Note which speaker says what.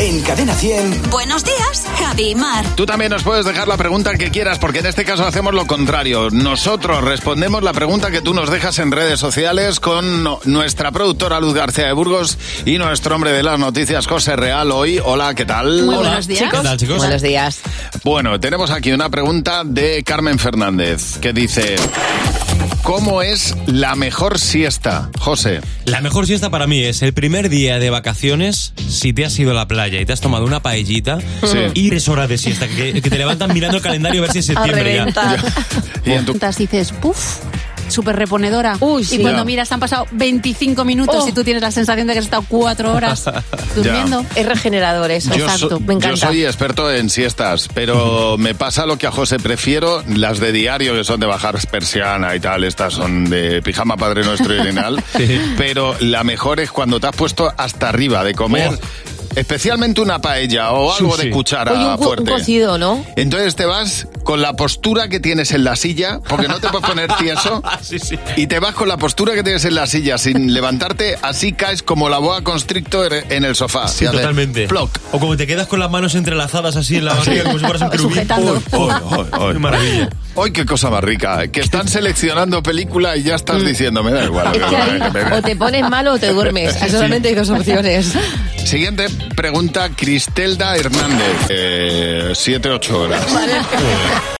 Speaker 1: En Cadena 100.
Speaker 2: Buenos días, Javi y Mar.
Speaker 3: Tú también nos puedes dejar la pregunta que quieras, porque en este caso hacemos lo contrario. Nosotros respondemos la pregunta que tú nos dejas en redes sociales con no- nuestra productora Luz García de Burgos y nuestro hombre de las noticias, José Real, hoy. Hola, ¿qué tal?
Speaker 4: Muy buenos días.
Speaker 3: ¿Qué tal, chicos?
Speaker 4: Buenos días.
Speaker 3: Bueno, tenemos aquí una pregunta de Carmen Fernández, que dice... ¿Cómo es la mejor siesta, José?
Speaker 5: La mejor siesta para mí es el primer día de vacaciones si te has ido a la playa y te has tomado una paellita
Speaker 3: Sí.
Speaker 5: y tres horas de siesta que, que te levantan mirando el calendario a ver si es septiembre ya.
Speaker 3: Y en tu-
Speaker 6: y dices, ¡puf! Súper reponedora. Y cuando
Speaker 3: Ya.
Speaker 6: miras, te han pasado 25 minutos
Speaker 3: Oh.
Speaker 6: y tú tienes la sensación de que has estado 4 horas durmiendo.
Speaker 4: Es regenerador eso.
Speaker 3: Yo, so-
Speaker 4: Exacto. Me
Speaker 3: yo
Speaker 4: encanta.
Speaker 3: soy experto en siestas, pero me pasa lo que a José prefiero, las de diario, que son de bajar persiana y tal, estas son de pijama Padre Nuestro y Arenal, pero la mejor es cuando te has puesto hasta arriba de comer, especialmente una paella o algo de
Speaker 5: Sushi.
Speaker 3: cuchara
Speaker 4: Oh. Oye, un, co- un
Speaker 3: fuerte.
Speaker 4: cocido, ¿no?
Speaker 3: Entonces te vas con la postura que tienes en la silla, porque no te puedes poner tieso,
Speaker 5: Ah,
Speaker 3: y te vas con la postura que tienes en la silla sin levantarte, así caes como la boa constrictor en el sofá.
Speaker 5: Sí,
Speaker 3: Y haces
Speaker 5: totalmente.
Speaker 3: ploc.
Speaker 5: O como te quedas con las manos entrelazadas así en la barriga como si fueras un querubín.
Speaker 6: Sujetando.
Speaker 5: Uy, uy,
Speaker 3: Hoy,
Speaker 5: uy, qué maravilla.
Speaker 3: Hoy qué cosa más rica, que están seleccionando película y ya
Speaker 5: Mm.
Speaker 3: estás diciendo, me da igual.
Speaker 4: Es que ahí o te pones malo o te duermes. Ahí Solamente hay dos opciones.
Speaker 3: Siguiente Eh, pregunta, Cristelda Hernández, 7-8 horas.